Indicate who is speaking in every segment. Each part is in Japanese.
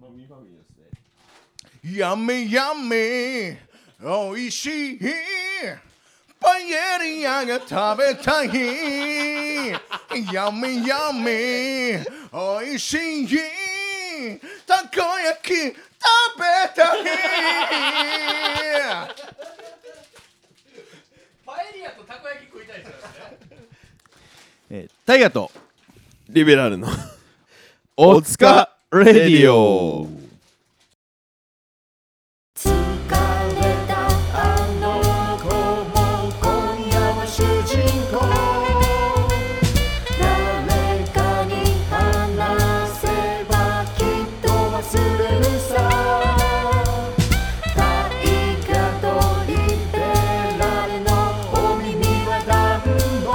Speaker 1: 耳かきですね。
Speaker 2: やめやめおいしいパエリアが食べたいやめやめおいしいたこ焼き食べたい
Speaker 3: パエリアとたこ焼き食いたいですよね。
Speaker 4: えータイガと
Speaker 1: リベラルの
Speaker 4: おつかレディオ
Speaker 5: 疲れたあの子も今夜は主人公誰かに話せばきっと忘れるさ大河とリベラルのお耳は団子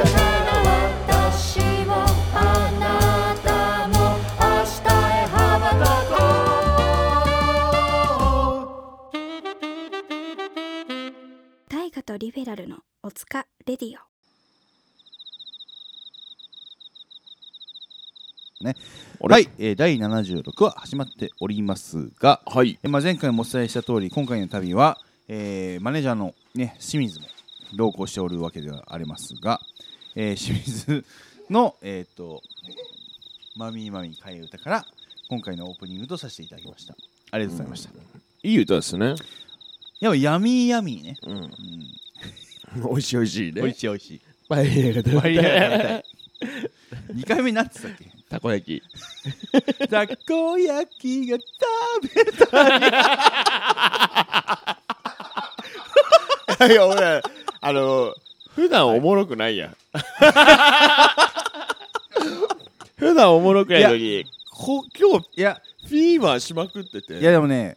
Speaker 5: だから私もあなたも明日へ羽ばたこう
Speaker 6: 大河とリベラルのおつかレディオ
Speaker 4: はい、えー、第76話始まっておりますが、
Speaker 1: はい。
Speaker 4: えーまあ、前回もお伝えした通り今回の旅は、えーマネージャーの、ね、清水も同行しておるわけではありますが、えー清水の、えー、とマミーマミー替え歌から今回のオープニングとさせていただきましたありがとうございました、
Speaker 1: いい歌ですね。
Speaker 4: やっぱヤミーヤミーね、
Speaker 1: うん
Speaker 4: う。ん、
Speaker 1: 美味しい美味しい
Speaker 4: おい。しいおいしい
Speaker 1: パエリアが食べ
Speaker 4: パエリアが食べたい2回目なんて言ってたっけ
Speaker 1: たこ焼き。
Speaker 4: たこ焼きが食べ
Speaker 1: いや、俺ら、あの、普段おもろくないやん。 普段おもろくないのに、こ今日
Speaker 4: いや
Speaker 1: フィーバーしまくってて。
Speaker 4: いやでもね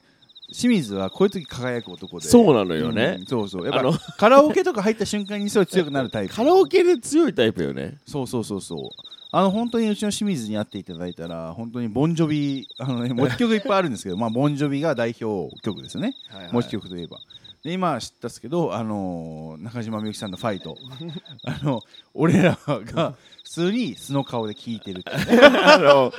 Speaker 4: 清水はこういう時輝く男で
Speaker 1: そうなのよね
Speaker 4: うんそうそうやっ
Speaker 1: あ
Speaker 4: ぱ
Speaker 1: の
Speaker 4: カラオケとか入った瞬間にすごい強くなるタイプ
Speaker 1: カラオケで強いタイプよね。
Speaker 4: そうそうそうそうあの本当にうちの清水に会っていただいたら本当にボンジョビ あのね持ち曲いっぱいあるんですけ どまあボンジョビが代表曲ですよね持ち曲といえばで今知ったんですけどあのー中島みゆきさんの「ファイ ト」あの俺らが普通に素の顔で聴いてるっていう
Speaker 1: あの、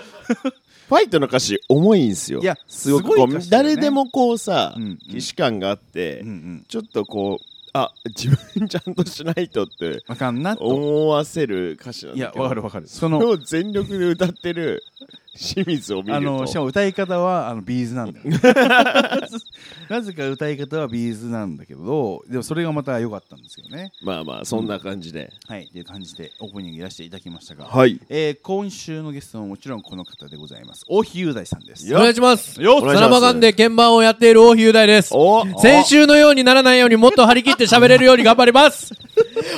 Speaker 1: ファイトの歌詞重いんすよ。
Speaker 4: いや
Speaker 1: すごく
Speaker 4: す
Speaker 1: こ
Speaker 4: ご
Speaker 1: う
Speaker 4: い歌詞だよね
Speaker 1: 誰でもこうさ、
Speaker 4: うんうん
Speaker 1: 既視感があって、
Speaker 4: うんうん
Speaker 1: ちょっとこう、あ、自分ちゃんとしないとって
Speaker 4: あかんなと
Speaker 1: 思わせる歌詞なん
Speaker 4: い
Speaker 1: だ
Speaker 4: や
Speaker 1: けど。
Speaker 4: わかるわかるその
Speaker 1: それを全力で歌って る清水を見
Speaker 4: あ
Speaker 1: る
Speaker 4: のしか
Speaker 1: と
Speaker 4: も歌い方はあのビーズなんだよなぜか歌い方はビーズなんだけどでもそれがまた良かったんですよね
Speaker 1: まあまあそんな感じで、
Speaker 4: はいという感じでオープニングいらしていただきましたが、
Speaker 1: はい
Speaker 4: えー今週のゲストももちろんこの方でございます大日雄大さんです
Speaker 1: よ
Speaker 3: お願いします。
Speaker 1: よっ
Speaker 3: サラマガンで鍵盤をやっている大日大です。
Speaker 1: お
Speaker 3: 先週のようにならないようにもっと張り切って喋れるように頑張ります。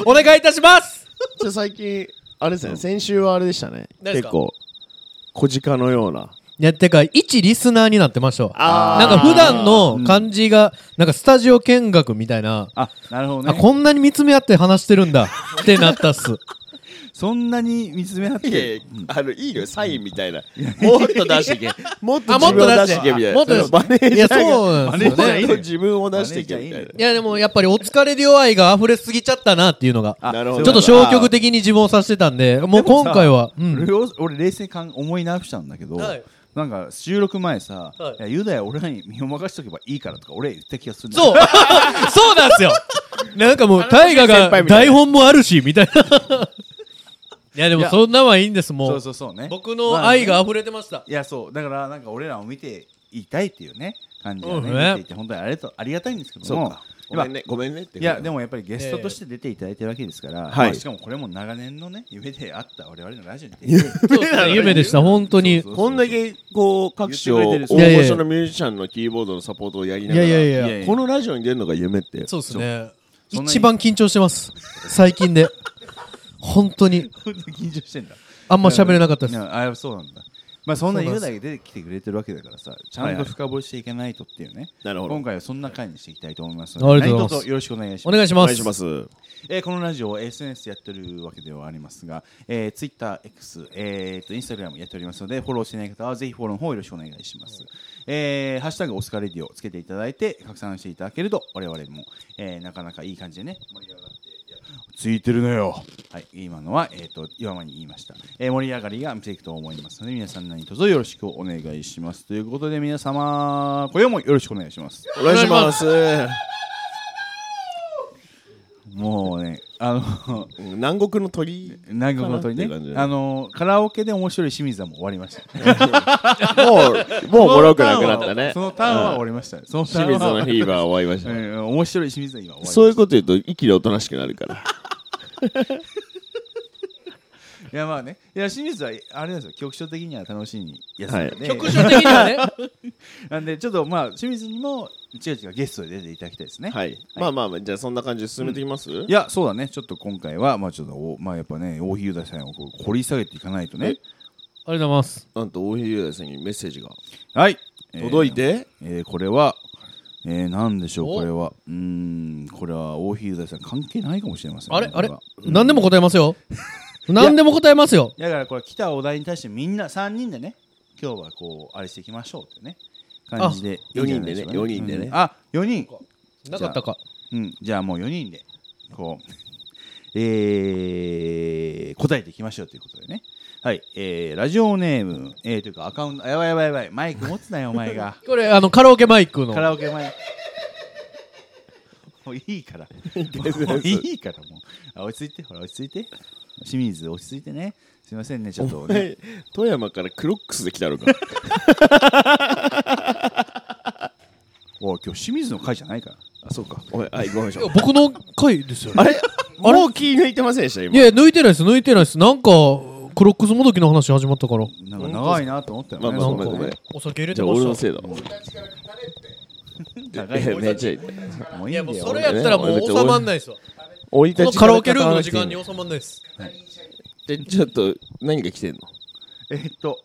Speaker 3: お願いいたします。
Speaker 1: じゃあ最近あれですね先週はあれでしたね
Speaker 3: 何です
Speaker 1: 結
Speaker 3: か
Speaker 1: 構小鹿のようない
Speaker 3: や、てか、一リスナーになってましたわ。
Speaker 1: あ
Speaker 3: なんか普段の感じが、なんかスタジオ見学みたいな、
Speaker 4: あなるほど
Speaker 3: あ
Speaker 4: ね
Speaker 3: こんなに見つめ合って話してるんだってなったっす。
Speaker 4: そんなに見つめ合っ
Speaker 1: いやい
Speaker 4: て
Speaker 1: やあのいいのよサインみたいなもっと出してけ もっと
Speaker 3: あも
Speaker 1: 自
Speaker 3: っと
Speaker 1: 分を出し
Speaker 3: 出してて
Speaker 1: けみたいな
Speaker 3: もっと出して
Speaker 1: マネージャ
Speaker 3: いや、
Speaker 1: ーが
Speaker 3: そうなんですよ
Speaker 4: マネージャーい
Speaker 3: ね。
Speaker 4: い
Speaker 1: もっと自分を出してけみたいない
Speaker 3: や、でもやっぱりお疲れディオ愛が溢れすぎちゃったなっていうのが、
Speaker 4: あ
Speaker 1: なるほ
Speaker 3: ち
Speaker 1: ど
Speaker 3: ょっと消極的に自分をさせてたんで、もう今回は、う
Speaker 4: 俺
Speaker 3: ん。
Speaker 4: を俺冷静に感思い直したんだけど、
Speaker 3: はい
Speaker 4: なんか収録前さ
Speaker 3: はい
Speaker 4: 「いや雄大は俺らに身を任しとけばいいから」とか俺言った気がするんだけど
Speaker 3: そう そうなんですよなんかもう、大
Speaker 1: 先輩
Speaker 3: 河が
Speaker 1: みたいな
Speaker 3: 台本もあるし、みたいな。い や、で
Speaker 4: い
Speaker 3: も
Speaker 4: や
Speaker 3: そんなんはいいんです、も
Speaker 4: そう
Speaker 3: う
Speaker 4: そ。うそうね
Speaker 3: 僕の愛
Speaker 4: まあ
Speaker 3: が
Speaker 4: ね
Speaker 3: 溢れてました。
Speaker 4: いやそうだからなんか俺らを見ていたいっていうね感じがね,、
Speaker 3: うんね
Speaker 4: 見ていて本当にありがとありがたいんですけど
Speaker 1: そ
Speaker 4: も
Speaker 1: うかごめんねごめんねって
Speaker 4: いやでもやっぱりゲストとして出ていただいてるわけですから、
Speaker 1: はい
Speaker 4: まあしかもこれも長年のね夢であった我々のラジオに出て
Speaker 3: そうですね夢でした、本当に。
Speaker 4: そうそうそう
Speaker 1: こんだけこう各種を
Speaker 4: 言
Speaker 1: 大
Speaker 4: ってくれてる
Speaker 3: いやいや
Speaker 1: 御所のミュージシャンのキーボードのサポートをやり
Speaker 3: い
Speaker 1: なが
Speaker 3: や
Speaker 1: ら
Speaker 3: いやい
Speaker 4: い
Speaker 3: や。
Speaker 4: やいや
Speaker 1: このラジオに出るのが夢って
Speaker 3: そうですね。
Speaker 4: そう
Speaker 3: 一番緊張してます。最近で。本当に。
Speaker 4: 本当に緊張してんだ
Speaker 3: あんま喋れなかった
Speaker 4: い
Speaker 3: です。
Speaker 4: やあそうなんだまあそんな
Speaker 3: そう
Speaker 4: 夢
Speaker 3: なんです
Speaker 4: だけ出てきてくれてるわけだからさちゃんと深掘りしていかないとっていうね、
Speaker 1: なるほど
Speaker 4: 今回はそんな回にしていきたいと思います
Speaker 3: あ
Speaker 4: の
Speaker 3: り
Speaker 4: で
Speaker 3: がとうござい
Speaker 4: 何
Speaker 3: ます
Speaker 4: 卒よろしくお願いします
Speaker 3: お願いし
Speaker 1: お
Speaker 3: ま。
Speaker 1: 願いしますす
Speaker 4: えーこのラジオ SNS やってるわけではありますが、えー、TwitterX、えー、と Instagram やっておりますのでフォローしてない方はぜひフォローの方よろしくお願いします、えーハッシュタグオスカレディをつけていただいて拡散していただけると我々も、えーなかなかいい感じでね盛り上がっていやついてるのよはい、今のは、えー、と岩間に言いました、えー盛り上がりが見ていくと思いますので皆さん何卒よろしくお願いしますということで皆様これもよろしくお願いします
Speaker 1: お願いします。
Speaker 4: もうねあの
Speaker 1: うん南国の 鳥。
Speaker 4: 南国の鳥ね
Speaker 1: かなっていう感じで
Speaker 4: あのカラオケで面白い清水はもう終わり ました
Speaker 1: もう、もうもろくなくなったね
Speaker 4: そ。のターンは終わりました、そのター
Speaker 1: 清
Speaker 4: ン
Speaker 1: 水
Speaker 4: は
Speaker 1: のフィーバー終わりました。
Speaker 4: うん面白い清水は今終わりました
Speaker 1: そういうこと言うと、息でおとなしくなるから。
Speaker 4: いやまあねいや清水はあれなんですよ局所的には楽しいにやつなんで、
Speaker 3: 局所的にはね
Speaker 4: なんでちょっとまあ清水にも違う違うゲストで出ていただきたいですね、
Speaker 1: はい。まあまあまあ、じゃあそんな感じで進めていきます
Speaker 4: いやそうだねちょっと今回はまあちょっとおまあやっぱね大日向さんをこう掘り下げていかないとね
Speaker 3: ありがとうございます
Speaker 1: なんと、大平雄大さんにメッセージが
Speaker 4: はい
Speaker 1: 届い
Speaker 4: えー
Speaker 1: て、
Speaker 4: えーこれはえー、何でしょう
Speaker 3: お
Speaker 4: これはうーんこれは大日向さん関係ないかもしれませんね
Speaker 3: あれ
Speaker 4: こ
Speaker 3: あれ
Speaker 4: は
Speaker 3: 何でも答えますよ何でも答えますよ
Speaker 4: だからこれ来たお題に対してみんな3人でね今日はこうあれしていきましょうってね感じで
Speaker 1: あ
Speaker 4: いいんじゃないしょ
Speaker 1: 四人でね
Speaker 4: う
Speaker 1: 四人でね
Speaker 4: うんあ4人
Speaker 3: なかったか
Speaker 4: うん、じゃあもう4人でこう、えー、答えていきましょうということでねはい、えー、ラジオネーム、えー、というかアカウントあやばいやばいやばいマイク持つなよお前 が
Speaker 3: これあのカラオケマイクの
Speaker 4: カラオケマイクもういいからもういいからもうあ落ち着いてほら落ち着いて清水落ち着いてねすいませんねちょっとね
Speaker 1: はい富山からクロックスで来たのか。
Speaker 4: おい今日清水の会じゃないからあそうか
Speaker 1: おい、はい、ごめんなさい。
Speaker 3: 僕の回ですよね
Speaker 1: あれもう気抜いてませんでした、
Speaker 3: い
Speaker 1: 今。
Speaker 3: や抜いてないです抜いてないですなんかクロックスもどきの話始まったから
Speaker 4: なんか長いなと思ったよ、ね、
Speaker 1: まあまあ
Speaker 3: な
Speaker 1: ごめ
Speaker 3: んか
Speaker 1: んごめん
Speaker 3: お酒入れ
Speaker 1: じ
Speaker 3: て
Speaker 1: ゃあ、
Speaker 3: ま
Speaker 1: 俺の
Speaker 3: した
Speaker 1: せいだわ。
Speaker 4: 長い
Speaker 1: いやめっちゃいい
Speaker 4: もうい
Speaker 3: い
Speaker 4: い
Speaker 3: や
Speaker 4: ん
Speaker 3: も
Speaker 4: だ
Speaker 3: う
Speaker 4: よ
Speaker 3: それやったらもう収まんないですわ
Speaker 1: おい
Speaker 3: こ
Speaker 1: た
Speaker 3: の
Speaker 1: ち
Speaker 3: カラオケルームの時間
Speaker 1: に
Speaker 3: に収まんないです
Speaker 1: でちょっと何が来てんの
Speaker 4: えーっと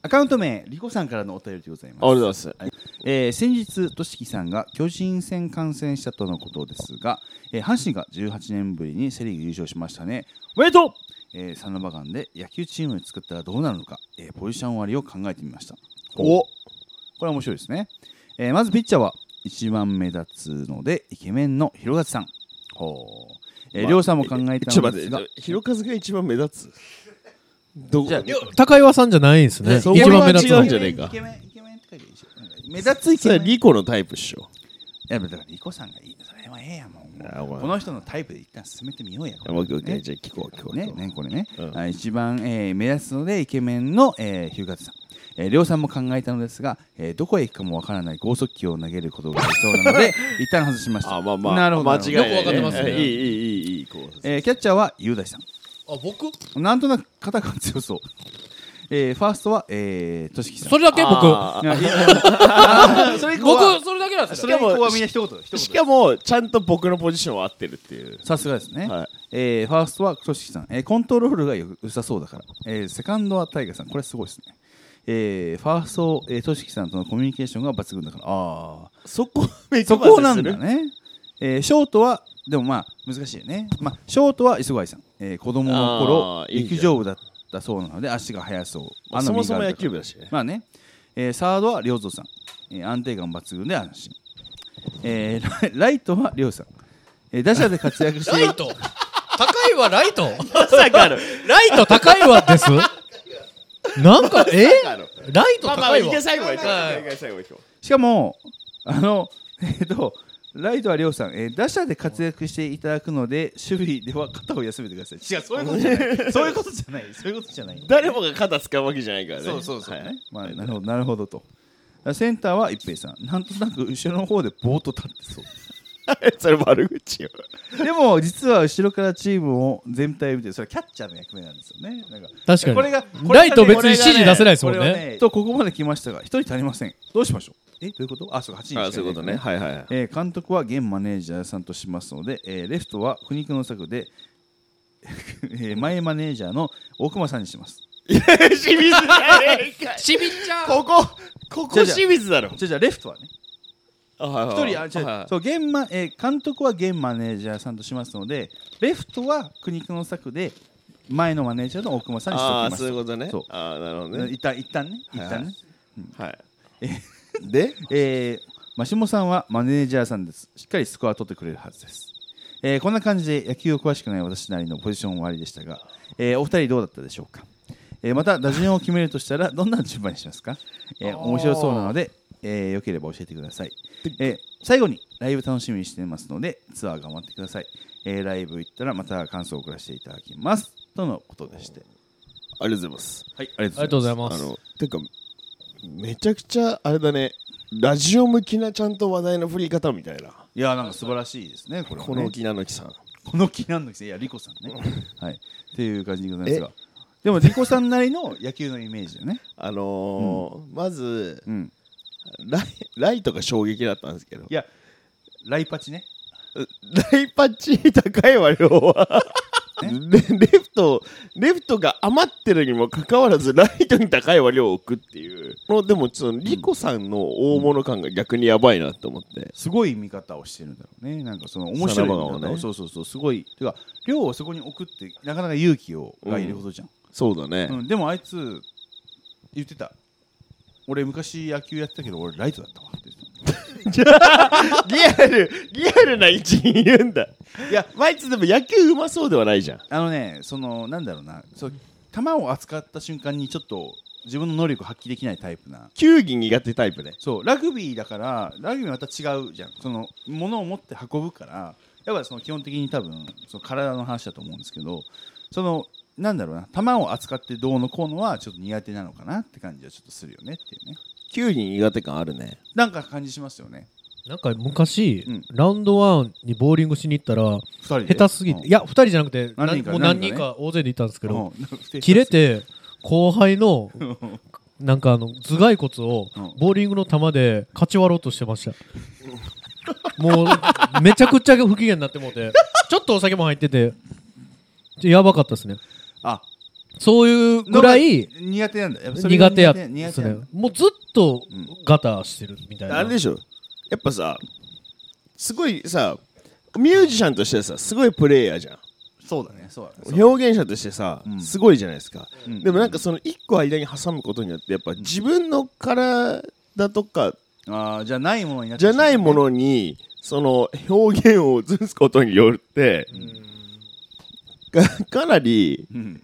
Speaker 4: アカウント名リコさんからのお便りでございます
Speaker 1: ありがとうございます
Speaker 4: えー先日、としきさんが巨人戦観戦したとのことですが、えー阪神が18年ぶりにセ・リーグ優勝しましたね。おめでとう、えー、サノバガンで野球チームを作ったらどうなるのか、えーポジション割りを考えてみました。
Speaker 1: お
Speaker 4: これは面白いですね。えーまずピッチャーは一番目立つのでイケメンの広勝さん。ほう。えー、
Speaker 1: まあ
Speaker 4: りょうさんも考えた
Speaker 1: ちょっ
Speaker 4: の
Speaker 1: と待
Speaker 4: で
Speaker 1: っ
Speaker 4: すが、
Speaker 1: てひろかずが一番目立つどこ
Speaker 4: じゃあ
Speaker 1: いや
Speaker 3: 高岩さんじゃないんですね
Speaker 1: そこ
Speaker 3: 一番目立つ
Speaker 1: は違
Speaker 3: の
Speaker 1: うんじゃねえか
Speaker 4: イケメン、イケメンって書いてあるでしょなんか目立つイケ
Speaker 1: そ
Speaker 4: メ
Speaker 1: れ
Speaker 4: ン。
Speaker 1: リコのタイプっしょ
Speaker 4: いやだからリコさんがいいそれはええやんもう
Speaker 1: あごめん
Speaker 4: この人のタイプで一旦進めてみようや
Speaker 1: いやオッケーオッケー
Speaker 4: ね
Speaker 1: じゃあ聞こう聞こう
Speaker 4: ねねこれね、
Speaker 1: うん
Speaker 4: あ一番、えー目立つのでイケメンの、えー、ヒューガツさんえー、りょうさんも考えたのですが、えーどこへ行くかもわからない剛速球を投げることができそうな ので一旦外しました
Speaker 1: あまあまあ
Speaker 4: なるほど
Speaker 1: 間
Speaker 4: なるほど
Speaker 1: 違い
Speaker 3: よ
Speaker 1: な
Speaker 3: く
Speaker 1: い
Speaker 3: わかってます
Speaker 1: い
Speaker 3: ね
Speaker 1: いいいいいいいこう
Speaker 4: えーキャッチャーは雄大さん
Speaker 3: あ僕
Speaker 4: なんとなく肩が強そう、えーファーストは、えー、としきさん
Speaker 3: それだけ僕
Speaker 1: あー
Speaker 4: いやいやあーそれ以降は
Speaker 3: 僕それだけなんです
Speaker 1: そ
Speaker 3: よ
Speaker 1: れ
Speaker 4: それ以降
Speaker 1: も
Speaker 4: はみんな一言一言
Speaker 1: しかもちゃんと僕のポジションは合ってるっていう
Speaker 4: さすがですね、
Speaker 1: はい
Speaker 4: えーファーストはトシキさん、えーコントロールがよ良さそうだから、えーセカンドはタイガーさんこれすごいですね、えーファースト、えー、トシキさんとのコミュニケーションが抜群だからあー
Speaker 1: そこ目
Speaker 4: そ
Speaker 1: 配せ
Speaker 4: こな
Speaker 1: す
Speaker 4: ん
Speaker 1: る
Speaker 4: だね、えーショートはでもまあ難しいよね、まあ、ショートは磯貝さん、えー子供の頃
Speaker 1: あーいいじゃん
Speaker 4: 陸上部だったそうなので足が速そう
Speaker 1: まあ
Speaker 4: あの
Speaker 1: そも
Speaker 4: 身
Speaker 1: そ
Speaker 4: が
Speaker 1: も
Speaker 4: ある
Speaker 1: 野
Speaker 4: から
Speaker 1: 球部だしね
Speaker 4: まあね、えーサードは良三さん、えー安定感抜群で安心、えーライライトは亮さん、えー打者で活躍してい
Speaker 3: ラ
Speaker 4: る
Speaker 3: イト高岩ライト
Speaker 1: まさかの
Speaker 3: ライト高岩ですなんかえ
Speaker 1: まさかの
Speaker 3: ライト
Speaker 1: まあまあ
Speaker 3: 高
Speaker 1: 一
Speaker 3: 岩
Speaker 1: 回最後まで行こう
Speaker 3: はい
Speaker 1: 一回最後まで行こ。
Speaker 4: しかも、あの、えっ、と、ライトはりょうさん、えー打者で活躍していただくので、守備では肩を休めてください。違う、そういうことじゃない。そういうことじゃない。そういうことじゃないう
Speaker 1: 誰もが肩使うわけじゃないからね
Speaker 4: そうそうそう、ね
Speaker 1: はい
Speaker 4: まあ、なるほど、なるほどと。センターは一平さん、なんとなく後ろの方でぼーっと立ってそう。
Speaker 1: それ悪口よ
Speaker 4: でも実は後ろからチームを全体を見てそれはキャッチャーの役目なんですよねなんか
Speaker 3: 確かに
Speaker 4: これが
Speaker 3: ライト別に
Speaker 4: これが
Speaker 3: 指示出せないですもんね
Speaker 4: これはとここまで来ましたが一人足りませんどうしましょうえどういうことあそうか8人しか
Speaker 1: あそういうことね
Speaker 4: なから
Speaker 1: はいはいはい
Speaker 4: えー監督は現マネージャーさんとしますので、えーレフトは苦肉の策で、 えー前マネージャーの大熊さんにします
Speaker 1: 清水じゃねえかい
Speaker 3: ちびっちゃん
Speaker 1: ここここ
Speaker 4: じゃあじゃあ
Speaker 1: 清水だろ
Speaker 4: じゃあじゃあレフトはね
Speaker 1: 一
Speaker 4: 一人あ違うそう現マえー監督は現マネージャーさんとしますのでレフトは苦肉の策で前のマネージャーの大熊さんにしておき
Speaker 1: あ
Speaker 4: ま
Speaker 1: あ
Speaker 4: す
Speaker 1: そういうことね
Speaker 4: そう
Speaker 1: ああなるほど
Speaker 4: ね
Speaker 1: ね
Speaker 4: 一旦一旦ね一
Speaker 1: はいはい
Speaker 4: 旦ね、
Speaker 1: はいで
Speaker 4: えーマシモさんはマネージャーさんですしっかりスコア取ってくれるはずですえーこんな感じで野球を詳しくない私なりのポジション終わりでしたが、えーお二人どうだったでしょうか、えーまた打順を決めるとしたらどんな順番にしますか、えー面白そうなので、えーよければ教えてください、えー最後にライブ楽しみにしてますのでツアー頑張ってください、えーライブ行ったらまた感想を送らせていただきますとのことでして
Speaker 7: ありがとうございます。
Speaker 4: はいあり
Speaker 3: ありがとうござい
Speaker 4: ま
Speaker 3: ま
Speaker 7: あ
Speaker 3: す
Speaker 7: の
Speaker 1: てかめちゃくちゃあれだねラジオ向きなちゃんと話題の振り方みたいな
Speaker 4: すいやーなんか素晴らしいですねこれは
Speaker 1: こ
Speaker 4: ね
Speaker 1: の木なのきさん
Speaker 4: この木なんのきいやリコさんねはいっていう感じでございますがでもリコさんなりの野球のイメージだよ ね
Speaker 1: あのーまず
Speaker 4: うん
Speaker 1: ライライトが衝撃だったんですけど
Speaker 4: いやライパチね
Speaker 1: ライパッチ高いわ量は レレフトレフトが余ってるにもかかわらずライトに高い割を置くっていうこのでもちょっとリコさんの大物感が逆にやばいなと思って、
Speaker 4: すごい見方をしてるんだろうねなんかその面白い見
Speaker 1: さらば
Speaker 4: 方
Speaker 1: 顔
Speaker 4: を
Speaker 1: ね
Speaker 4: そうそうそうすごいてか量をそこに置くってなかなか勇気をがいることじゃん、
Speaker 1: そうだね、
Speaker 4: うんでもあいつ言ってた俺昔野球やってたけど俺ライトだったわって言ってた
Speaker 1: リアルリアルな位置にいるんだいや毎日でも野球うまそうではないじゃん
Speaker 4: あのね、そのなんだろうな、そう球を扱った瞬間にちょっと自分の能力を発揮できないタイプな。
Speaker 1: 球技苦手タイプね
Speaker 4: そうラグビーだからラグビーはまた違うじゃん。その物を持って運ぶから、やっぱその基本的に多分その体の話だと思うんですけど、そのなんだろうな、球を扱ってどうのこうのはちょっと苦手なのかなって感じはちょっとするよねっていうね。
Speaker 1: 球技苦手感あるね
Speaker 4: なんか感じしますよね。
Speaker 3: なんか昔、
Speaker 4: うん
Speaker 3: ラウンドワンにボーリングしに行ったら
Speaker 4: 二人で
Speaker 3: 下手すぎて、
Speaker 4: うん
Speaker 3: いや2人じゃなくて
Speaker 4: 何人か
Speaker 3: なもう
Speaker 4: 何
Speaker 3: 何
Speaker 4: 人
Speaker 3: 人
Speaker 4: かね
Speaker 3: か大勢で行ったんですけ
Speaker 4: う
Speaker 3: ど、
Speaker 4: んなんか不定
Speaker 3: 切れて後輩のなんかあの頭蓋骨を
Speaker 4: うん
Speaker 3: ボーリングの球でかち割ろうとしてました、もうめちゃくちゃ不機嫌になってもうてちょっとお酒も入っててちょやばかったですね
Speaker 4: あ
Speaker 3: そういうぐらい
Speaker 4: のが苦手なんだ。やっぱそれが
Speaker 3: 苦手やった
Speaker 4: 苦
Speaker 3: で
Speaker 4: 手
Speaker 3: す
Speaker 4: なん
Speaker 3: ね
Speaker 4: だ
Speaker 3: もうずっとガタしてるみたいな、
Speaker 1: あれでしょやっぱさすごいさミュージシャンとしてさすごいプレイヤーじゃん
Speaker 4: そうだね。そうだね。
Speaker 1: 表現者としてさ、
Speaker 4: うん
Speaker 1: すごいじゃないですか、
Speaker 4: ん
Speaker 1: でもなんかその一個間に挟むことによってやっぱ自分の体とか
Speaker 4: ああじゃないものになっ
Speaker 1: じ
Speaker 4: て
Speaker 1: ゃ
Speaker 4: しまう
Speaker 1: ないものにその表現を移すことによって、かかなり
Speaker 4: うん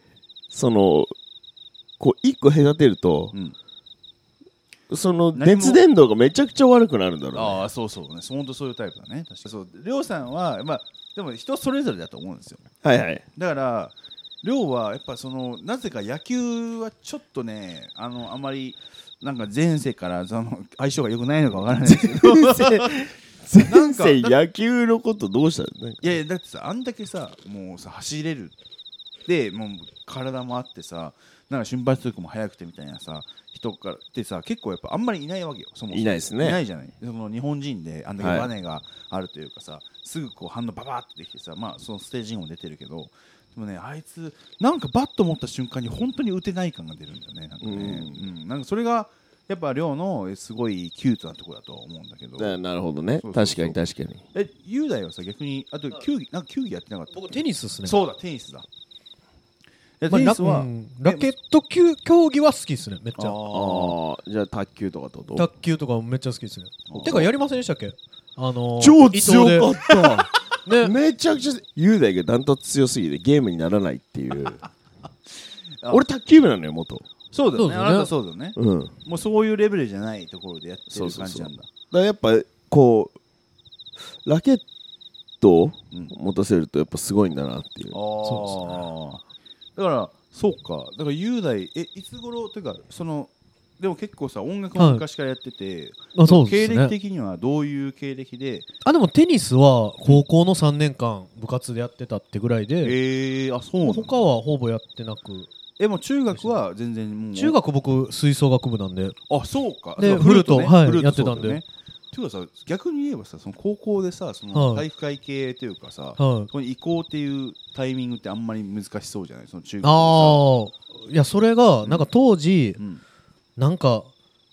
Speaker 1: そのこう一個隔てると
Speaker 4: う、ん
Speaker 1: その
Speaker 4: 何も
Speaker 1: 熱伝導がめちゃくちゃ悪くなるんだろうね、
Speaker 4: ああそうそうね本当そういうタイプだね確かにそうりょうさんはまあでも人それぞれだと思うんですよ
Speaker 1: はいはい
Speaker 4: だからりょうはやっぱそのなぜか野球はちょっとねあのあまりなんか前世からその相性が良くないのかわからないですけどなん
Speaker 1: 先生
Speaker 4: か
Speaker 1: 野球のことどうしたなんか
Speaker 4: いやいやだってさあんだけさもうさ走れるでもう体もあってさなんか瞬発力も速くてみたいなさ人からってさ結構やっぱあんまりいないわけよそもそも
Speaker 1: いないですね
Speaker 4: いないじゃないその日本人であんだけ
Speaker 1: はい
Speaker 4: バネがあるというかさ、すぐこう反応ババーってできてさまあそのステージにも出てるけどでもねあいつなんかバッと持った瞬間に本当に打てない感が出るんだよねなんかね、うんなんかそれがやっぱ亮のえすごいキュートなところだと思うんだけど
Speaker 1: ななるほどね
Speaker 4: そうそうそう
Speaker 1: 確かに確かに
Speaker 4: え雄大はさ逆にあと球技なんか球技やってなかった
Speaker 3: 僕テニスですね
Speaker 4: そうだ、テニスだ。え
Speaker 3: まあ
Speaker 4: テニスは、
Speaker 3: ラうんラケット級競技は好きですねめっちゃ
Speaker 4: あ
Speaker 1: ああじゃあ卓球とかとどう
Speaker 3: 卓球とかもめっちゃ好きですねてかやりませんでしたっけあのー、
Speaker 1: 超
Speaker 3: 伊藤で
Speaker 1: 強かった
Speaker 3: ね
Speaker 1: めちゃくちゃ雄大がダントツ強すぎてゲームにならないっていう 俺卓球部なのよ元
Speaker 4: そうだよ
Speaker 3: そう
Speaker 4: ね。あ
Speaker 3: だよね
Speaker 4: なたそうだよね。
Speaker 1: うんだか
Speaker 4: もうそういうレベルじゃないところでやって
Speaker 1: そ
Speaker 4: る
Speaker 1: うそ
Speaker 4: 感
Speaker 1: うそ
Speaker 4: じ
Speaker 1: う
Speaker 4: なんだ。
Speaker 1: らやっぱこうラケットを
Speaker 4: うん
Speaker 1: 持たせるとやっぱすごいんだなっていう
Speaker 4: あーだから、そうか。だから雄大、え、いつ頃というか、その、でも結構さ、音楽も昔からやってて、
Speaker 3: あそうで
Speaker 4: 経
Speaker 3: すね
Speaker 4: 歴的にはどういう経歴で、
Speaker 3: あでもテニスは高校の3年間部活でやってたってぐらい
Speaker 4: え
Speaker 3: で、
Speaker 4: ー、あ、そうなんだ
Speaker 3: 他はほぼやってなく
Speaker 4: え、もう中学は全然もう。
Speaker 3: 中学僕吹奏楽部なんで
Speaker 4: あそうか
Speaker 3: で
Speaker 4: そうか
Speaker 3: フルート
Speaker 4: ね
Speaker 3: はい
Speaker 4: フルート
Speaker 3: やっ
Speaker 4: そ
Speaker 3: てたんで
Speaker 4: うだよねていうかさ逆に言えばさその高校でさその
Speaker 3: はい
Speaker 4: 体育会系というかさ、
Speaker 3: はい
Speaker 4: この移行っていうタイミングってあんまり難しそうじゃないその中学でさ
Speaker 3: ああいやそれがなんか当時、
Speaker 4: うん
Speaker 3: なんか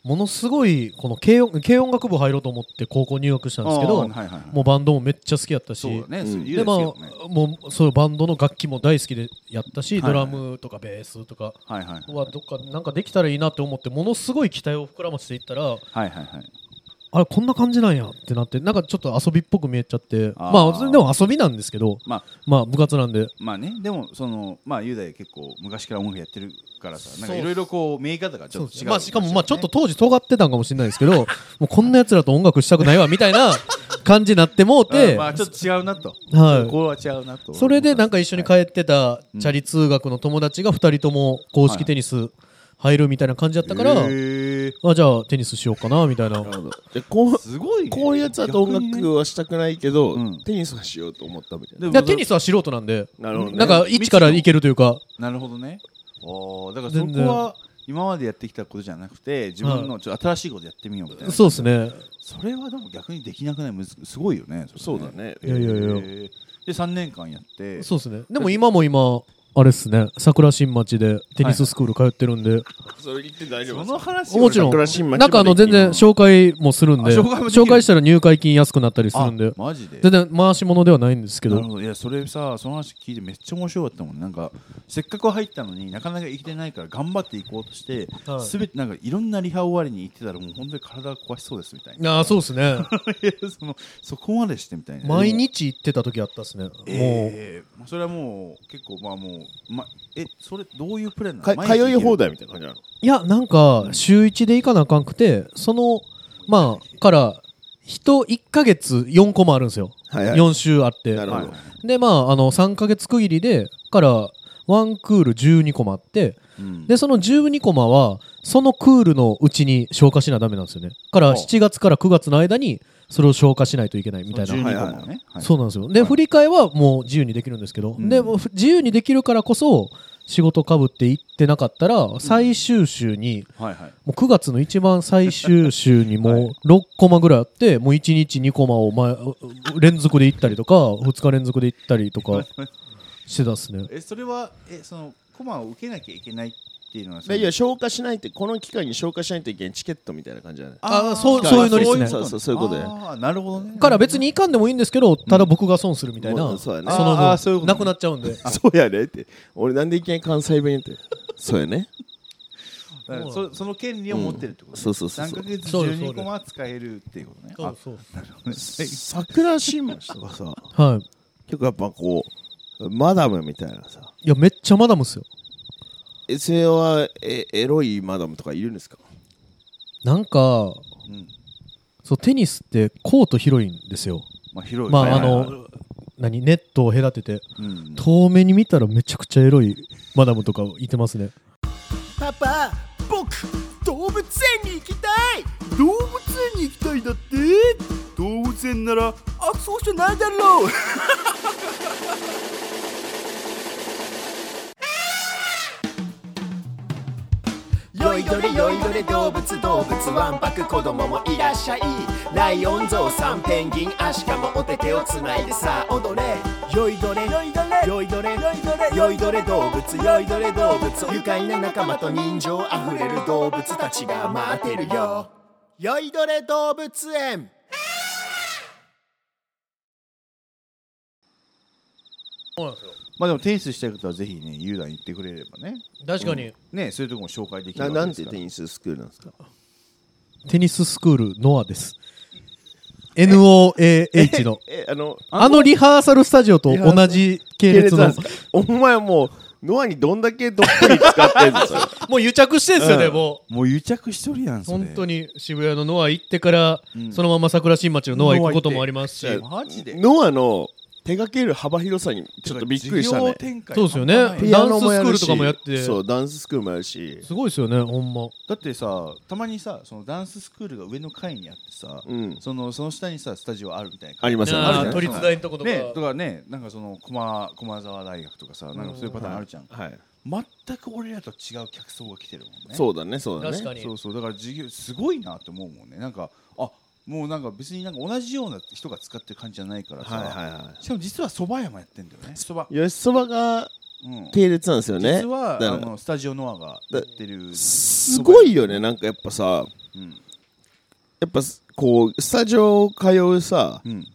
Speaker 3: ものすごいこの軽音軽音楽部入ろうと思って高校入学したんですけど
Speaker 4: あーはいはいはい
Speaker 3: もうバンドもめっちゃ好きやったし
Speaker 4: そうだね、
Speaker 1: うん
Speaker 4: そう言うで
Speaker 3: で
Speaker 4: すけ
Speaker 3: ま
Speaker 4: どね
Speaker 3: あ、もうそういうバンドの楽器も大好きでやったし、
Speaker 4: はい
Speaker 3: ド
Speaker 4: はい
Speaker 3: ラムとかベースとか
Speaker 4: はいはい
Speaker 3: はどっかなんかできたらいいなって思ってものすごい期待を膨らませていったら
Speaker 4: はいはいはい
Speaker 3: あれこんな感じなんやってなってなんかちょっと遊びっぽく見えちゃって
Speaker 4: あー
Speaker 3: まあそれでも遊びなんですけど
Speaker 4: まあ
Speaker 3: まあ部活なんで
Speaker 4: まあねでもそのまあ雄大結構昔から音楽やってるからさなんかいろいろこう見え方がちょっと違う、
Speaker 3: まあしかもまあちょっと当時尖ってたんかもしれないですけどもうこんなやつらと音楽したくないわみたいな感じになってもう
Speaker 4: う
Speaker 3: て
Speaker 4: んまあちょっと違うなと、
Speaker 3: はい
Speaker 4: これは違うなと
Speaker 3: それでなんか一緒に帰
Speaker 4: はい
Speaker 3: ってたチャリ通学の友達が2人とも公式テニス入るみたいな感じだったから、
Speaker 4: へー
Speaker 3: あじゃあテニスしようかなみたいな
Speaker 1: なるほどでこう
Speaker 4: すごい、ね、
Speaker 1: こういうやつだと音
Speaker 4: 逆にね
Speaker 1: 楽はしたくないけど、
Speaker 4: うん
Speaker 1: テニスはしようと思ったみたいな。
Speaker 4: でも
Speaker 3: でテニスは素人なんで
Speaker 1: なるほどね
Speaker 3: なんか一からいけるというか
Speaker 4: なるほどねおーだからそ
Speaker 3: 全
Speaker 4: こ
Speaker 3: 然
Speaker 4: は今までやってきたことじゃなくて自分のちょっと新しいことやってみようみたいな
Speaker 3: そうですね
Speaker 4: それはでも逆にできなくないむずすごいよね
Speaker 1: そうだね。
Speaker 3: いやいやい
Speaker 4: や
Speaker 3: や
Speaker 4: で3年間やって
Speaker 3: そうですねでも今も今あれっすね桜新町でテニススクール通ってるんで、
Speaker 1: それ言って大丈夫
Speaker 4: その話を
Speaker 3: もちろん
Speaker 1: 桜新町まで
Speaker 3: なんかあの全然紹介もするんで
Speaker 4: あ紹介もできる
Speaker 3: 紹介したら入会金安くなったりするんで
Speaker 4: あマジで
Speaker 3: 全然回し物ではないんですけ
Speaker 4: なる
Speaker 3: ど
Speaker 4: ほどいやそれさその話聞いてめっちゃ面白かったもんなんかせっかく入ったのになかなか行けてないから頑張って行こうとして、
Speaker 3: はい
Speaker 4: すべてなんかいろんなリハ終わりに行ってたらもう本当に体壊しそうですみたいな
Speaker 3: ああそうですね
Speaker 4: いやそのそこまでしてみたいな
Speaker 3: 毎日行ってた時あったっすね、もう
Speaker 4: えーまあそれはもう結構まあもう、ま、えそれどういうプランな
Speaker 1: か
Speaker 4: の毎日
Speaker 1: 通
Speaker 4: 行け
Speaker 1: い
Speaker 4: る
Speaker 1: 放題みたいな感じなの
Speaker 3: いやなんか週1で行かなあかんくてそのまあから人1ヶ月4個もあるんですよ、
Speaker 1: はいはい
Speaker 3: 4週あって
Speaker 1: なるほど。
Speaker 3: でまああの3ヶ月区切りでからワンクール12コマあって
Speaker 4: うん
Speaker 3: でその12コマはそのクールのうちに消化しなダメなんですよねから
Speaker 4: あ
Speaker 3: 7月から9月の間にそれを消化しないといけないみたいな
Speaker 4: その
Speaker 1: はい
Speaker 4: 12
Speaker 1: はい
Speaker 4: 個もね、はい
Speaker 3: そうなんですよで、
Speaker 4: はい
Speaker 3: 振り替えはもう自由にできるんですけど、
Speaker 4: うん
Speaker 3: でもうふ自由にできるからこそ仕事かぶって行ってなかったら最終週に、
Speaker 4: はいはい
Speaker 3: もう9月の一番最終週にもう6コマぐらいあってもう1日2コマを前連続で行ったりとか2日連続で行ったりとかしてたっ すね
Speaker 4: えそれはえそのコマを受けなきゃいけないっていうのはその
Speaker 1: でいや消化しないってこの期間に消化しないといけないチケットみたいな感じじゃない。
Speaker 3: あそうそういうノリっすね
Speaker 1: そうそうそういうことね
Speaker 4: あーなるほどね
Speaker 3: から別にいかんでもいいんですけどただ僕が損するみたいな、
Speaker 1: うんそうやね
Speaker 3: の
Speaker 4: あーそういう
Speaker 3: 分
Speaker 4: ことね
Speaker 3: なくなっちゃうん で
Speaker 1: そうやねって。俺なんでいきなり関西弁って。そうやね。
Speaker 4: だからそその権利を持ってるってこと、ね
Speaker 1: うんそうそうそうそう
Speaker 4: 3ヶ月
Speaker 3: そうです
Speaker 4: 12個は使えるっていうことねあ
Speaker 1: 桜新町とかさ、
Speaker 3: はい
Speaker 1: 結構やっぱこう、マダムみたいなさ、
Speaker 3: いやめっちゃマダムっすよ
Speaker 1: えそれはえエロいマダムとかいるんですか
Speaker 3: なんか、そうテニスってコート広いんですよ。
Speaker 4: まあ広い
Speaker 3: ま
Speaker 4: はい
Speaker 3: ああ
Speaker 4: はいはい
Speaker 3: の何ネットを隔てて
Speaker 4: うん
Speaker 3: 遠目に見たらめちゃくちゃエロいマダムとかいてますね。
Speaker 2: パパ僕動物園に行きたい動物園に行きたいだって動物園ならあそうじゃないだろう よいどれよいどれ動物動物わんぱく子供もいらっしゃいライオンゾウさんペンギンアシカもお手手をつないでさあ踊れよいどれよいどれよいどれよいどれ動物よいどれ動物愉快な仲間と人情あふれる動物たちが待ってるよよいどれ動物園
Speaker 4: まあでもテニスしたい方はぜひね雄大に行ってくれればね
Speaker 3: 確かに、
Speaker 4: ねそういうとこも紹介できる
Speaker 1: な
Speaker 4: わけ
Speaker 1: なん
Speaker 4: です
Speaker 1: て
Speaker 4: から
Speaker 1: テニススクールなんですか
Speaker 3: テニススクールノアです。NOAH の
Speaker 1: え、あの、
Speaker 3: あのリハーサルスタジオと同じ系列の
Speaker 1: お前もう、ノアにどんだけどっぷり使ってんのそれ
Speaker 3: もう癒着してんすよね、もう。
Speaker 4: もう癒着しとるやんそれ
Speaker 3: 本当に渋谷のノア行ってから、そのまま桜新町のノア行くこともありますし
Speaker 4: マジで
Speaker 1: ノアの手掛ける幅広さにちょっとびっくりしたね。
Speaker 3: そうですよね
Speaker 1: ピアノも
Speaker 3: ダ
Speaker 1: や
Speaker 3: ンススクー
Speaker 1: る
Speaker 3: ル
Speaker 1: し
Speaker 3: とかもやって
Speaker 1: そう、ダンススクールもやるし。
Speaker 3: すごいですよねほんま
Speaker 4: だってさたまにさそのダンススクールが上の階にあってさ、
Speaker 1: うん
Speaker 4: そのその下にさスタジオあるみたいな
Speaker 1: ありますよね。
Speaker 3: あー
Speaker 1: ある
Speaker 4: じゃ
Speaker 1: ね
Speaker 4: ん
Speaker 3: 都立大のとことか
Speaker 4: ねとかねなんかその駒駒沢大学とかさなんかそういうパターンあるじゃん、
Speaker 1: はい。
Speaker 4: 全く俺らと違う客層が来てるもんね
Speaker 1: そうだね、そうだね。
Speaker 3: 確かに
Speaker 4: そうそうだから授業すごいなって思うもんねなんかあもうなんか別になんか同じような人が使ってる感じじゃないからさ、
Speaker 1: はいはいは
Speaker 4: しかも実は蕎麦屋もやってんだよね蕎麦
Speaker 1: い。吉そばが
Speaker 4: うん
Speaker 1: 系列なんですよね。
Speaker 4: 実は、
Speaker 1: だから
Speaker 4: あのスタジオノアがやってる
Speaker 1: すごいよね、なんかやっぱさ、
Speaker 4: うん
Speaker 1: やっぱこう、スタジオ通うさ
Speaker 4: う、ん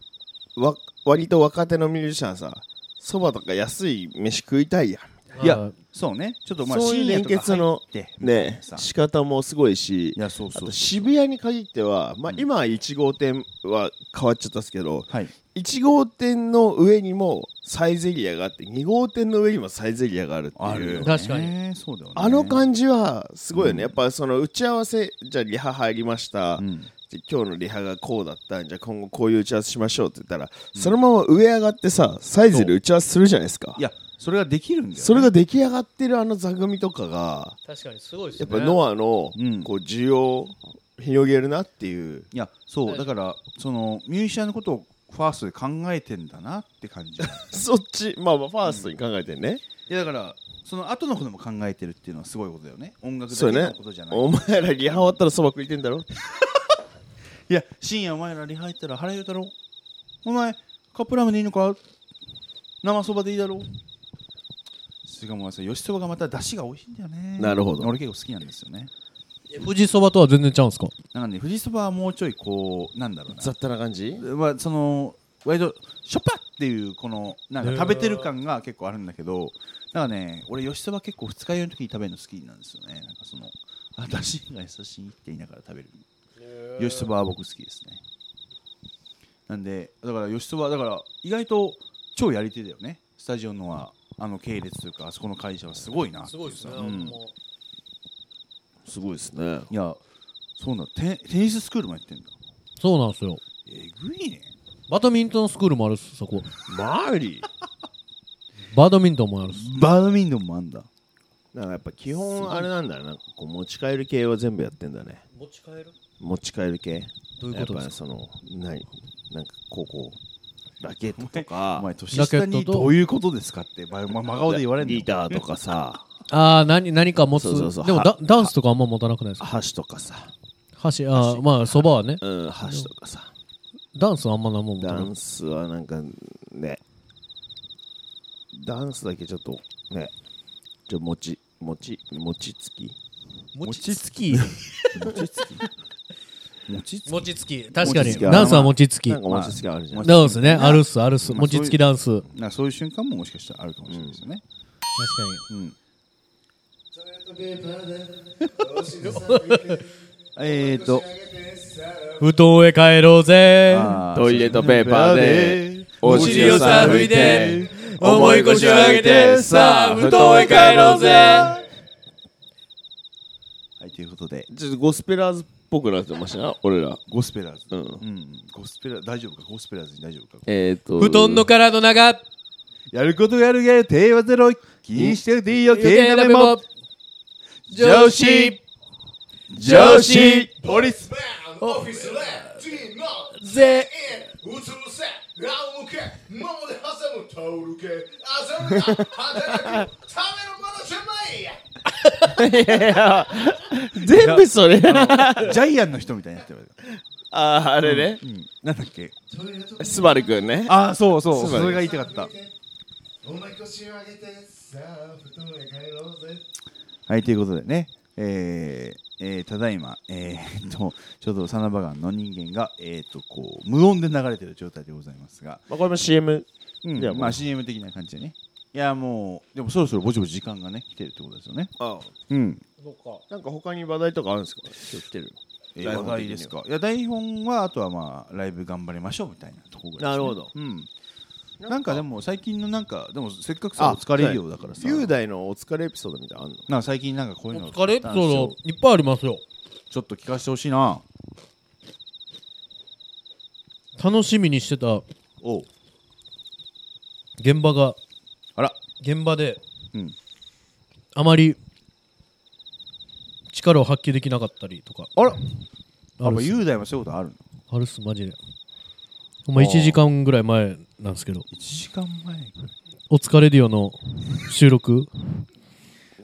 Speaker 1: わ割と若手のミュージシャンさ、そばとか安い飯食いたいやんみたい
Speaker 4: いやそうねちょっとまあ
Speaker 1: そういう
Speaker 4: 深夜とか
Speaker 1: 連結の
Speaker 4: 入って
Speaker 1: ね
Speaker 4: さ
Speaker 1: 仕方もすごいし
Speaker 4: いやそう
Speaker 1: あ
Speaker 4: そう
Speaker 1: と渋谷に限っては、まあ、今は1号店は変わっちゃったんですけど、
Speaker 4: はい
Speaker 1: 1号店の上にもサイゼリアがあって2号店の上にもサイゼリアがあるって
Speaker 4: ある
Speaker 1: い
Speaker 4: よ
Speaker 1: う
Speaker 4: ね
Speaker 1: あ,、
Speaker 3: 確かに
Speaker 4: そうだよね
Speaker 1: の感じはすごいよね、やっぱその打ち合わせじゃあリハ入りました、
Speaker 4: うん
Speaker 1: で今日のリハがこうだったんじゃあ今後こういう打ち合わせしましょうって言ったら、そのまま上上がってさサイズで打ち合わせするじゃないですか
Speaker 4: いやそれができるんだよね
Speaker 1: それが出来上がってるあの座組とかが
Speaker 3: 確かにすごいです
Speaker 1: や
Speaker 3: ね
Speaker 1: っぱノアの
Speaker 4: うん
Speaker 1: こう需要を広げるなっていう、
Speaker 4: いやそうだからそのミュージシャンのことをファーストで考えてんだなって感じ い
Speaker 1: そっちまあまあファーストに考えてね、
Speaker 4: やだからその後のことも考えてるっていうのはすごいことだよね音楽
Speaker 1: そ
Speaker 4: だ
Speaker 1: う
Speaker 4: け
Speaker 1: ね
Speaker 4: のことじゃない、
Speaker 1: お前らリハ終わったらそば食いてんだろ
Speaker 4: いや深夜お前らリハ入ったら腹減るだろお前カップラーメンでいいのか生そばでいいだろしかもさ吉そばがまた出汁が美味しいんだよね
Speaker 1: なるほど
Speaker 4: 俺結構好きなんですよね
Speaker 3: 富士そばとは全然ちゃうんすか
Speaker 4: なんかね富士そばはもうちょいこうなんだろうな
Speaker 1: 雑多な感じ
Speaker 4: まあ、その割としょっぱっていうこのなんか食べてる感が結構あるんだけどなんかね俺吉そば結構二日酔いの時に食べるの好きなんですよねなんかその私が優しいって言いながら食べる吉そばは僕好きですねなんでだから吉そばだから意外と超やり手だよねスタジオのはあの系列というかあそこの会社はすごいなっていうさうん
Speaker 1: すごいですね
Speaker 4: いやそうなんだテテニススクールもやってんだ
Speaker 3: そうなんですよ
Speaker 4: えぐいね
Speaker 3: バドミントンスクールもあるっすそこ
Speaker 1: マーリー
Speaker 3: バドミントンもあるっす
Speaker 4: バドミントンもあんだ
Speaker 1: だからやっぱ基本あれなんだなこう持ち帰る系は全部やってんだね
Speaker 3: 持ち帰る
Speaker 1: 持ち帰る系
Speaker 3: どういうこと
Speaker 1: やっ
Speaker 3: で
Speaker 1: ぱ
Speaker 3: す
Speaker 1: そのないなんかこうこうラケットと
Speaker 4: お
Speaker 1: か
Speaker 4: 前年下にどういうことですかってま真顔で言われる
Speaker 1: リー
Speaker 4: んだ
Speaker 1: ダーとかさ
Speaker 3: かああ何何か持つ
Speaker 1: そうそうそう
Speaker 3: でもダダンスとかあんま持たなくないですか
Speaker 1: 箸とかさ
Speaker 3: 箸ああまあそばはね
Speaker 1: うん箸とかさ
Speaker 3: ダンスはあんま何も持た
Speaker 1: ダ
Speaker 3: ない
Speaker 1: ンスはなんかねダンスだけちょっとねちょ餅餅餅つき
Speaker 3: 餅つき
Speaker 4: 餅つき餅つき
Speaker 3: 餅つき確か
Speaker 4: 餅
Speaker 3: に
Speaker 4: つきは
Speaker 3: ダンスは餅つき
Speaker 1: なんか餅つきあるじゃん、
Speaker 4: ま
Speaker 3: ダンスねあるっすあるっす
Speaker 4: まあ
Speaker 3: 餅つきダンス確か
Speaker 4: なんかそういう瞬間ももしかしたらあるかもしれないですよね、 えーと
Speaker 3: に布団へ帰ろうぜ
Speaker 1: トイレットペーパーでお
Speaker 3: 尻をさ拭いて
Speaker 1: 重い腰を上げてさあ布団へ帰ろうぜ
Speaker 4: はいということで
Speaker 1: ちょっとゴスペラーズっぽくなってましたな俺ら
Speaker 4: ゴスペラーズ、
Speaker 1: う
Speaker 4: うんん、ゴスペラ大丈夫かゴスペラーズに大丈夫か
Speaker 1: えっ、ー、と
Speaker 3: 布団の殻の中
Speaker 4: やることやるやる手はゼロ気にしてていいよ
Speaker 3: 余計
Speaker 4: 手
Speaker 3: な
Speaker 4: 鍋
Speaker 3: メ
Speaker 4: も
Speaker 3: モ上司
Speaker 1: 上司
Speaker 8: ポリスバンオフィスレッチーノ
Speaker 3: ぜ
Speaker 8: インうつぶせ仰向け桃で挟むタオル系あざるが働くためのものじゃない
Speaker 1: 全部それ
Speaker 4: ジャイアンの人みたいになってる、
Speaker 1: あーあれね、
Speaker 4: うん、なんだっけ
Speaker 1: スバルくんね
Speaker 4: ああそうそう
Speaker 1: すごい
Speaker 4: それが言いたかった
Speaker 8: 重い腰を上げてさあ布団へ帰ろうぜ
Speaker 4: はい、ということでね、えーえーただいま、えー、とちょうどサナバガンの人間が、えー、とこう無音で流れてる状態でございますが、
Speaker 1: まあ、これも CM
Speaker 4: うん
Speaker 1: じゃあもう
Speaker 4: まあ、CM 的な感じでねいやもうでもそろそろぼちぼち時間がね来てるってことですよね
Speaker 1: あ
Speaker 4: うん
Speaker 1: なんか他に話題とかあるんですか今日来てる
Speaker 4: え
Speaker 1: 台
Speaker 4: ー
Speaker 1: 本的には
Speaker 4: 話題ですかいや台本はあとはまあライブ頑張りましょうみたいなとこぐらいですね、
Speaker 1: なるほど
Speaker 4: うんなんかでも最近のなんかでもせっかくさお疲れ量だからさ
Speaker 1: 雄大のお疲れエピソードみたいなのあんの
Speaker 4: なんか最近なんかこう
Speaker 3: お
Speaker 4: いうの
Speaker 3: 疲れエピソードいっぱいありますよ
Speaker 4: ちょっと聞かせてほしいな
Speaker 3: 楽しみにしてた
Speaker 4: おう
Speaker 3: 現場が
Speaker 4: あら
Speaker 3: 現場で
Speaker 4: うん
Speaker 3: あまり力を発揮できなかったりとか
Speaker 4: あら
Speaker 3: あ
Speaker 4: やっ
Speaker 3: る
Speaker 4: ぱ
Speaker 3: っす
Speaker 4: 雄大もそういうことあるの
Speaker 3: あるっすマジでほんま1時間ぐらい前なんですけど
Speaker 4: 1時間前
Speaker 3: 「お疲れディオ」の収録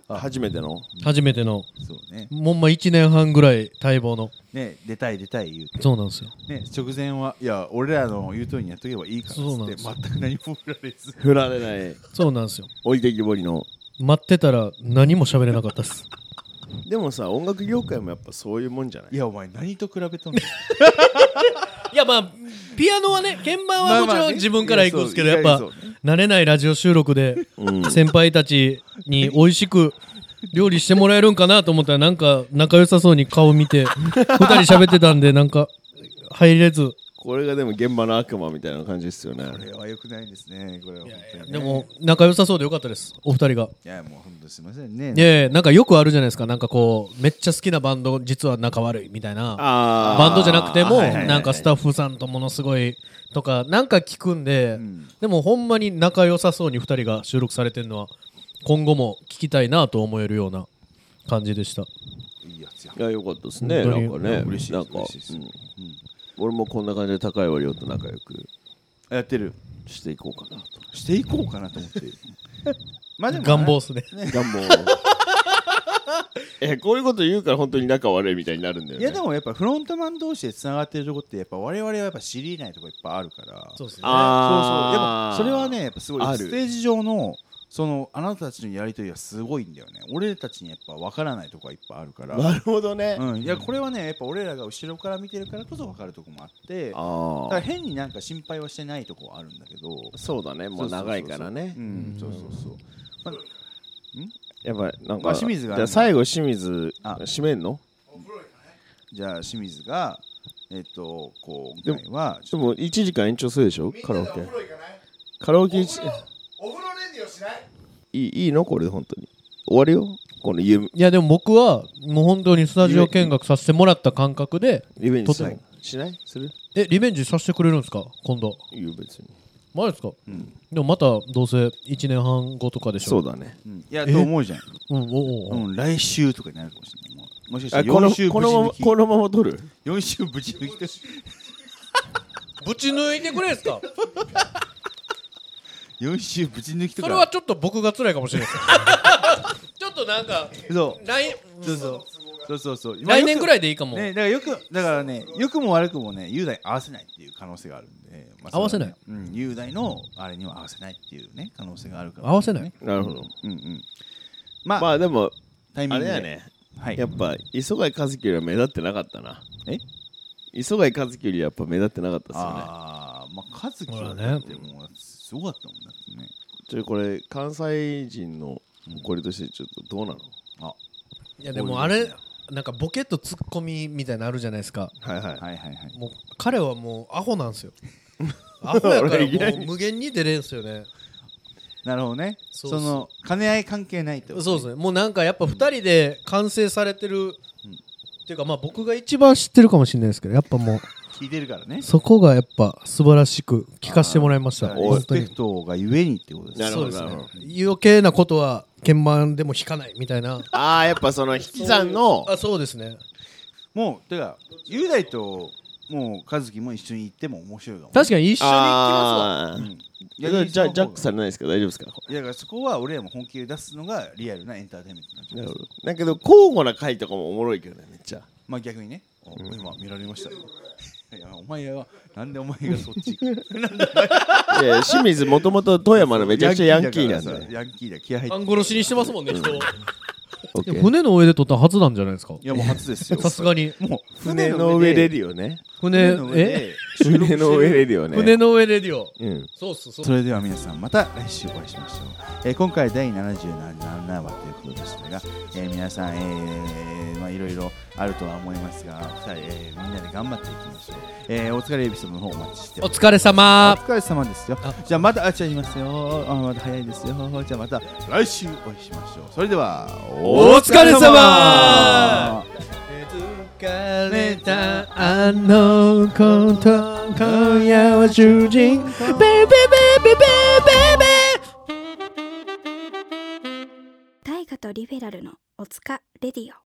Speaker 1: 初めての
Speaker 3: 初めての
Speaker 4: そうね
Speaker 3: ほんま1年半ぐらい待望の
Speaker 4: ね出たい出たい言うて、
Speaker 3: そうなんですよ
Speaker 4: ね、直前はいや俺らの言う通りにやっとけばいいから
Speaker 3: そうなん
Speaker 4: っつっ
Speaker 3: で
Speaker 4: て
Speaker 3: すよ
Speaker 4: 全く何も振られず
Speaker 1: 振られない
Speaker 3: そうなんですよ
Speaker 1: 置いてきぼりの
Speaker 3: 待ってたら何も喋れなかったっす
Speaker 1: でもさ音楽業界もやっぱそういうもんじゃない
Speaker 4: いやお前何と比べとんの
Speaker 3: いやまあピアノはね鍵盤
Speaker 4: まあ
Speaker 3: はも
Speaker 4: まあ
Speaker 3: ちろん
Speaker 4: ね
Speaker 3: 自分から行くんですけど
Speaker 4: いや
Speaker 3: やっぱ
Speaker 4: そういやそうね
Speaker 3: 慣れないラジオ収録で
Speaker 1: うん
Speaker 3: 先輩たちに美味しく料理してもらえるんかなと思ったらなんか仲良さそうに顔 見て二人喋ってたんでなんか入れず
Speaker 1: これがでも現場の悪魔みたいな感じですよね。
Speaker 4: これは良くないですね。これは本当にね
Speaker 3: でも仲良さそうでよかったですお二人が
Speaker 4: いやもう本当すみませんね。
Speaker 3: いやいやなんかよくあるじゃないですかなんかこうめっちゃ好きなバンド実は仲悪いみたいな
Speaker 1: あー
Speaker 3: バンドじゃなくても
Speaker 1: はいはいはい
Speaker 3: なんかスタッフさんとものすごいとかなんか聞くんで、
Speaker 4: ん
Speaker 3: でもほんまに仲良さそうに2人が収録されてるのは今後も聞きたいなと思えるような感じでした
Speaker 1: いや、よかったですね。
Speaker 3: 本
Speaker 1: な
Speaker 3: 当に
Speaker 1: んかね、
Speaker 4: 嬉しい
Speaker 1: な
Speaker 4: で
Speaker 1: ん
Speaker 4: す
Speaker 1: か、
Speaker 4: 嬉しいです
Speaker 1: うん俺もこんな感じで高い割りと仲良く
Speaker 4: やってる。
Speaker 1: していこうかなと。
Speaker 4: していこうかなと思って る。まあでも
Speaker 3: 願望っすね
Speaker 1: 願望をえ、こういうこと言うから本当に仲悪いみたいになるんだよ
Speaker 4: い
Speaker 1: ね。
Speaker 4: やでもやっぱフロントマン同士でつながってるとこってやっぱ我々はやっぱ知り得ないとこいっぱいあるから
Speaker 3: そうですね
Speaker 1: あー
Speaker 4: そうそうやっぱそれはねやっぱすご
Speaker 1: あ
Speaker 4: い
Speaker 1: る
Speaker 4: ステージ上のそのあなたたちのやりとりはすごいんだよね俺たちにやっぱ分からないとこはいっぱいあるから、
Speaker 1: なるほどね。
Speaker 4: うん、いやこれはねやっぱ俺らが後ろから見てるからこそ分かるとこもあってだ
Speaker 1: あ
Speaker 4: から
Speaker 1: あ。
Speaker 4: 変になんか心配はしてないとこはあるんだけど
Speaker 1: そうだね。もう長いからね
Speaker 4: う。んそうそうそう
Speaker 1: やっぱりなん
Speaker 4: ま
Speaker 1: か、
Speaker 4: あ清水が
Speaker 1: じゃあ最後清水
Speaker 4: あ
Speaker 1: 閉めんの
Speaker 4: じゃあ清水がえっとこう今回はち
Speaker 1: で
Speaker 4: ょっ
Speaker 1: も1時間延長するでしょカラオ
Speaker 8: お
Speaker 1: ケ
Speaker 8: 風。呂行かない
Speaker 1: カラオケ
Speaker 8: お
Speaker 1: 一
Speaker 8: 風呂レディオしない
Speaker 1: いいいいのこれで本当に。終わるよこの夢
Speaker 3: いやでも僕はもう本当にスタジオ見学させてもらった感覚で
Speaker 1: 夢にしな
Speaker 3: と
Speaker 1: いしないする
Speaker 3: えリベンジさせてくれるんですか今度
Speaker 1: いいよ別に。
Speaker 3: マジですか、でもまたどうせ1年半後とかでしょ
Speaker 1: そうだね。
Speaker 4: とうんいやと思うじゃん
Speaker 3: うんおうおう
Speaker 4: うん、来週とかになるかもしれない。もうもしかした
Speaker 1: あ
Speaker 4: ら
Speaker 1: こ
Speaker 4: 4
Speaker 1: の
Speaker 4: 週
Speaker 1: こ
Speaker 4: ぶち
Speaker 1: のま
Speaker 4: 抜
Speaker 1: ま
Speaker 4: き。
Speaker 1: このまま撮る
Speaker 4: 4週ぶち抜きと。
Speaker 3: ぶち抜いてくれんすか
Speaker 4: 4週ぶち抜きと
Speaker 3: そ
Speaker 4: か。
Speaker 3: れはちょっと僕が辛いかもしれないですちょっとなんか
Speaker 4: そう
Speaker 3: 来
Speaker 4: そうそう。そうそうそう。
Speaker 3: 来年ぐら
Speaker 4: い
Speaker 3: いでいいかも、
Speaker 4: ね、だからよく、だからね、良くも悪くもね、雄大に合わせないっていう可能性があるんで。まあ
Speaker 3: 合わせない。
Speaker 4: それはねうん、雄大のあれには合わせないっていうね、可能性があるから、
Speaker 3: 合わせない
Speaker 4: ね
Speaker 1: なるほど。
Speaker 4: うんうん。まあ、
Speaker 1: まあでも、
Speaker 4: タイミ
Speaker 1: あ
Speaker 4: ング
Speaker 1: れ
Speaker 4: で。
Speaker 1: だよね。
Speaker 4: はい。
Speaker 1: やっぱ磯貝和樹よりは目立ってなかったな
Speaker 4: え
Speaker 1: 磯貝和樹よりやっぱ目立ってなかったですよね
Speaker 4: ああ、まあ、和樹は
Speaker 3: ほら
Speaker 4: ね、
Speaker 3: ね
Speaker 4: でも、すごかったもんだってね。
Speaker 1: ちょっとこれ関西人の誇りとしてちょっとどうなの、
Speaker 3: いやでもあれなんかボケとツッコミみたいなのあるじゃないですか
Speaker 1: はいはい
Speaker 4: はいはいはい。
Speaker 3: もう彼はもうアホなんですよアホやからもう無限に出れんすよね
Speaker 4: なるほどね。そ
Speaker 3: そ
Speaker 4: う
Speaker 3: そう
Speaker 4: の、兼ね合い関係ないってこと
Speaker 3: そうですねもうなんかやっぱ2人で完成されてる、っていうかまあ僕が一番知ってるかもしれないですけどやっぱもう
Speaker 4: 聞いてるからね。
Speaker 3: そこがやっぱ素晴らしく聞かせてもらいました
Speaker 4: リ
Speaker 3: 本
Speaker 4: ス
Speaker 3: 当
Speaker 4: ペ
Speaker 3: に
Speaker 4: クトがゆえにってことですね
Speaker 1: なるほ
Speaker 3: そ
Speaker 1: ど
Speaker 3: うです
Speaker 1: な
Speaker 3: ね
Speaker 1: るほど
Speaker 3: 余計なことは鍵盤でも弾かないみたいな
Speaker 1: ああやっぱその引き算の
Speaker 3: あそうですね
Speaker 4: もうてか雄大ともう和樹も一緒に行っても面白いかも
Speaker 3: 確かに一緒に行き
Speaker 1: あー
Speaker 4: いや
Speaker 1: いやじゃ
Speaker 4: その方が
Speaker 1: ジャックされないですか大丈夫ですか
Speaker 4: いやだからそこは俺らも本気で出すのがリアルなエンターテインメントになっちゃう
Speaker 1: なるほどだけど交互な回とかもおもろいけどねめっちゃ
Speaker 4: まあ逆にね、お今見られました いやお前はなんでお前がそっ ち行く
Speaker 1: いや清水もともと富山のめちゃくちゃヤンキーなん
Speaker 4: だから
Speaker 1: で
Speaker 4: さヤンキーだ気合入っ
Speaker 3: ますわ
Speaker 4: て
Speaker 3: 半殺しにしてますもんね人を
Speaker 1: オッケ
Speaker 3: で
Speaker 1: ー
Speaker 3: 船の上で撮った初なんじゃないですか
Speaker 4: いやもう初ですよ
Speaker 3: さすがに
Speaker 4: もう
Speaker 1: 船の上レ
Speaker 4: で
Speaker 1: ディオね
Speaker 3: 船
Speaker 4: の上
Speaker 3: え
Speaker 4: で
Speaker 1: 船の上レディオね
Speaker 3: 船の上レディオ
Speaker 1: うん
Speaker 3: そうっすそうっす
Speaker 4: それでは皆さんまた来週お会いしましょう、えー今回第77話ということでしたが、えー皆さん、えーまあ、いろいろあるとは思いますが二人、えーみんなで頑張っていきましょう、えーお疲れエピソードの方お待ちして
Speaker 3: お
Speaker 4: ます
Speaker 3: 疲れ
Speaker 4: お
Speaker 3: 様
Speaker 4: 疲れ様ですよ
Speaker 3: あ
Speaker 4: じゃあまたあ違いますよあまた早いですよじゃあまた来週お会いしましょうそれでは
Speaker 3: お疲れ様
Speaker 4: お疲れ様
Speaker 3: あの子と今夜は主人ベイベイベイベイベイベイ
Speaker 6: 大河とリベラルのおつかレディオ